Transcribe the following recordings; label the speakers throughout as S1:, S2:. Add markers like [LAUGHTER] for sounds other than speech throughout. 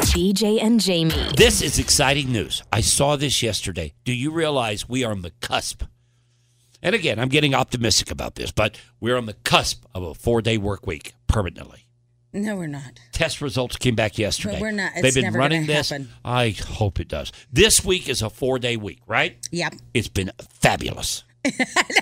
S1: BJ and Jamie.
S2: This is exciting news. I saw this yesterday. Do you realize we are on the cusp? And again, I'm getting optimistic about this, but we're on the cusp of a four day work week permanently.
S3: No, we're not.
S2: Test results came back yesterday.
S3: But we're not-
S2: They've
S3: it's
S2: been
S3: never
S2: running
S3: gonna
S2: this.
S3: happen.
S2: I hope it does. This week is a four day week, right?
S3: Yep.
S2: It's been
S3: [LAUGHS]
S2: fabulous.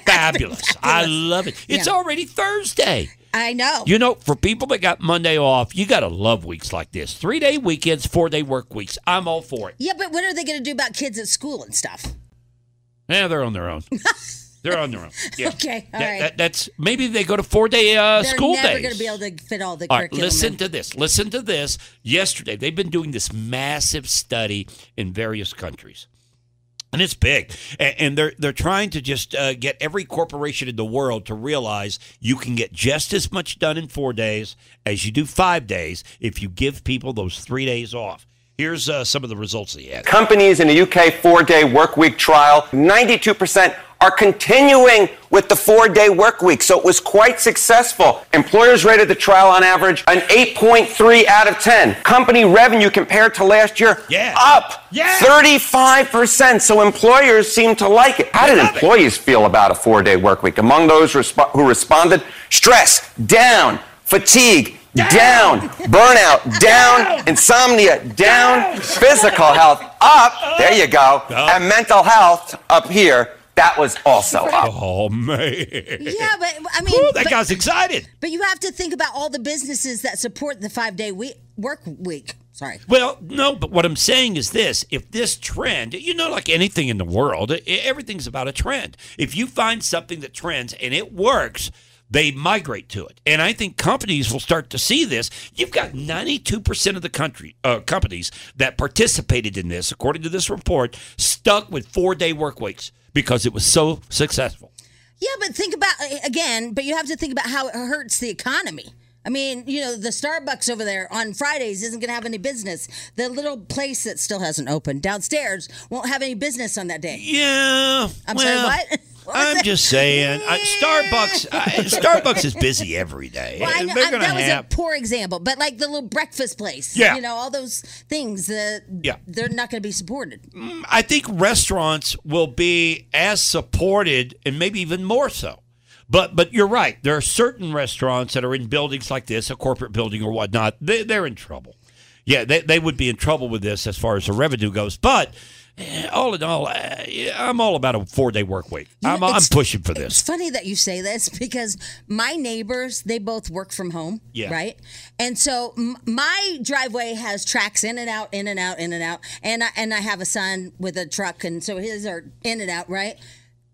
S2: fabulous. I love it. It's
S3: Yeah.
S2: already Thursday.
S3: I know.
S2: You know, for people that got Monday off, you got to love weeks like this. Three day weekends, four day work weeks. I'm all for it.
S3: yeah, but what are they going to do about kids at school and stuff?
S2: Yeah, they're on
S3: [LAUGHS]
S2: their own. They're on their own. Yeah.
S3: Okay, all
S2: That-
S3: right.
S2: that- that's maybe they go to four day uh,
S3: They're
S2: school
S3: never
S2: days.
S3: going to be able to fit all the
S2: all right,
S3: curriculum.
S2: listen
S3: in.
S2: to this. Listen to this. Yesterday, they've been doing this massive study in various countries, and it's big. And, and they're they're trying to just uh, get every corporation in the world to realize you can get just as much done in four days as you do five days if you give people those three days off. Here's uh, some of the results they had.
S4: Companies in the UK four day work week trial, 92% are continuing with the four day work week. So it was quite successful. Employers rated the trial on average an 8.3 out of 10. Company revenue compared to last year
S2: Yeah.
S4: up
S2: Yeah.
S4: 35%. So employers seem to like it. How did
S2: love it.
S4: employees feel about a four day work week? Among those resp- who responded, stress down, fatigue down, burnout down, insomnia down, physical health up, there you go, and mental health up here. That was also up.
S2: Oh man,
S3: Yeah, but I mean,
S2: Woo, that
S3: but,
S2: guy's excited.
S3: but you have to think about all the businesses that support the five day week work week. Sorry.
S2: Well, no, but what I'm saying is this if this trend, you know, like anything in the world, e- everything's about a trend. If you find something that trends and it works, they migrate to it. And I think companies will start to see this. You've got 92% of the country uh, companies that participated in this, according to this report, stuck with four day work weeks because it was so successful.
S3: Yeah, but think about again, but you have to think about how it hurts the economy. I mean, you know, the Starbucks over there on Fridays isn't going to have any business. The little place that still hasn't opened downstairs won't have any business on that day.
S2: Yeah.
S3: I'm sorry,
S2: well,
S3: what? What [LAUGHS] was
S2: I'm
S3: that?
S2: just saying, I,
S3: Yeah.
S2: Starbucks. I, Starbucks is busy every day.
S3: Well, I know,
S2: They're
S3: I-
S2: going to
S3: that was
S2: have
S3: a poor example, but like the little breakfast place,
S2: Yeah.
S3: you know, all those things that
S2: Yeah.
S3: they're not going to be supported.
S2: I think restaurants will be as supported and maybe even more so. But but you're right. There are certain restaurants that are in buildings like this, a corporate building or whatnot. They, they're in trouble. Yeah, they, they would be in trouble with this as far as the revenue goes. But eh, all in all, eh, yeah, I'm all about a four day work week. I'm, I'm
S3: it's-
S2: pushing for
S3: It's
S2: this.
S3: funny that you say this because my neighbors, they both work from home,
S2: Yeah.
S3: right? And so m- my driveway has tracks in and out, in and out, in and out. And I, and I have a son with a truck, and so his are in and out, right?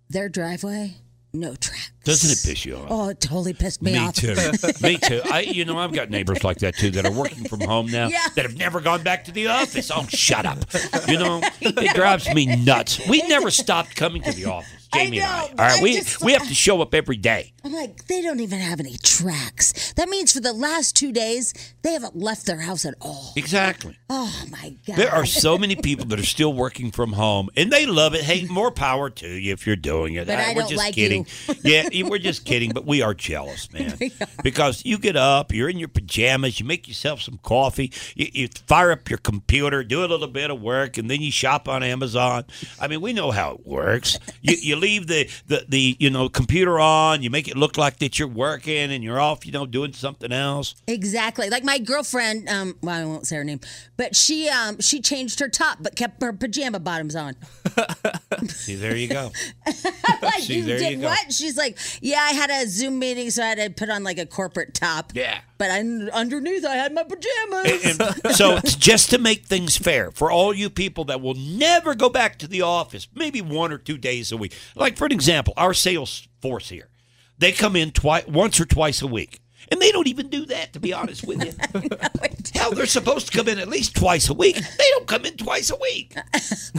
S3: Their driveway, no tracks.
S2: Doesn't it piss you off?
S3: Oh, it totally pissed me, off.
S2: [LAUGHS] Me too. I, you know, I've got neighbors like that too that are working from home now
S3: Yeah.
S2: that have never gone back to the office. Oh, shut up!
S3: [LAUGHS]
S2: You know, it drives me nuts. We never stopped coming to the office,
S3: I
S2: Jamie
S3: know,
S2: and I.
S3: but
S2: All right,
S3: I
S2: we
S3: just-
S2: we have to show up every day.
S3: I'm like, they don't even have any tracks. That means for the last two days, they haven't left their house at all.
S2: Exactly.
S3: Oh, my God.
S2: There are so many people that are still working from home, and they love it. Hey, more power to you if you're doing it.
S3: But
S2: Ah,
S3: I
S2: we're
S3: don't
S2: just
S3: like
S2: kidding.
S3: you. [LAUGHS]
S2: yeah, you- we're just kidding, but we are jealous, man. Because you get up, you're in your pajamas, you make yourself some coffee, you, you fire up your computer, do a little bit of work, and then you shop on Amazon. I mean, we know how it works. You, you leave the, the, the you know computer on, you make it look like that you're working, and you're off, you know, doing something else.
S3: Exactly. Like my girlfriend, um, well, I won't say her name, but she um she changed her top but kept her pajama bottoms
S2: [LAUGHS]
S3: on.
S2: See, there you go.
S3: Like
S2: See,
S3: you
S2: there
S3: did
S2: you go.
S3: what? She's like, Yeah, I had a Zoom meeting, so I had to put on like a corporate top.
S2: Yeah.
S3: But I, underneath I had my pajamas. [LAUGHS]
S2: And so t- just to make things fair for all you people that will never go back to the office, maybe one or two days a week. Like for an example, our sales force here, they come in twice, once or twice a week, and they don't even do that. To be honest with
S3: [LAUGHS]
S2: you, hell, they're supposed to come in at least twice a week. They don't come in twice a week.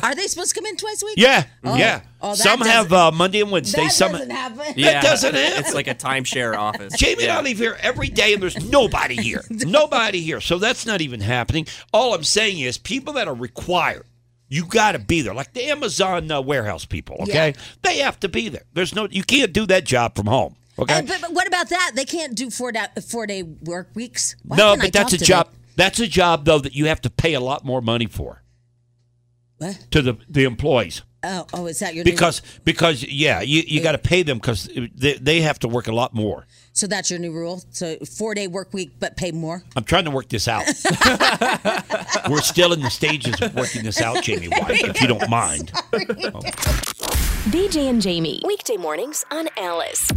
S3: Are they supposed to come in twice a week?
S2: Yeah,
S3: Oh.
S2: yeah.
S3: Oh, that
S2: some have
S3: doesn't-
S2: uh, Monday and Wednesday.
S3: That
S2: some
S3: doesn't happen.
S2: That doesn't happen.
S5: It's like a timeshare office.
S2: Jamie
S5: yeah.
S2: and I leave here every day, and there's
S3: [LAUGHS]
S2: nobody here. nobody here. So that's not even happening. All I'm saying is, people that are required, you got to be there. Like the Amazon uh, warehouse people, okay? They have to be there. There's no, you can't do that job from home, okay?
S3: And, but, but what about that? They can't do four da- four day work weeks. Why
S2: no,
S3: can't I
S2: but that's a
S3: talk
S2: job.
S3: today?
S2: That's a job though that you have to pay a lot more money for
S3: What?
S2: to the the employees
S3: Oh, oh, is that your new-
S2: because because yeah you you got to pay them because they, they have to work a lot more.
S3: so that's your new rule. So four day work week, but pay more.
S2: I'm trying to work this out. We're still in the stages of working this out, Jamie White, if you don't mind.
S1: BJ and Jamie. Weekday mornings on Alice.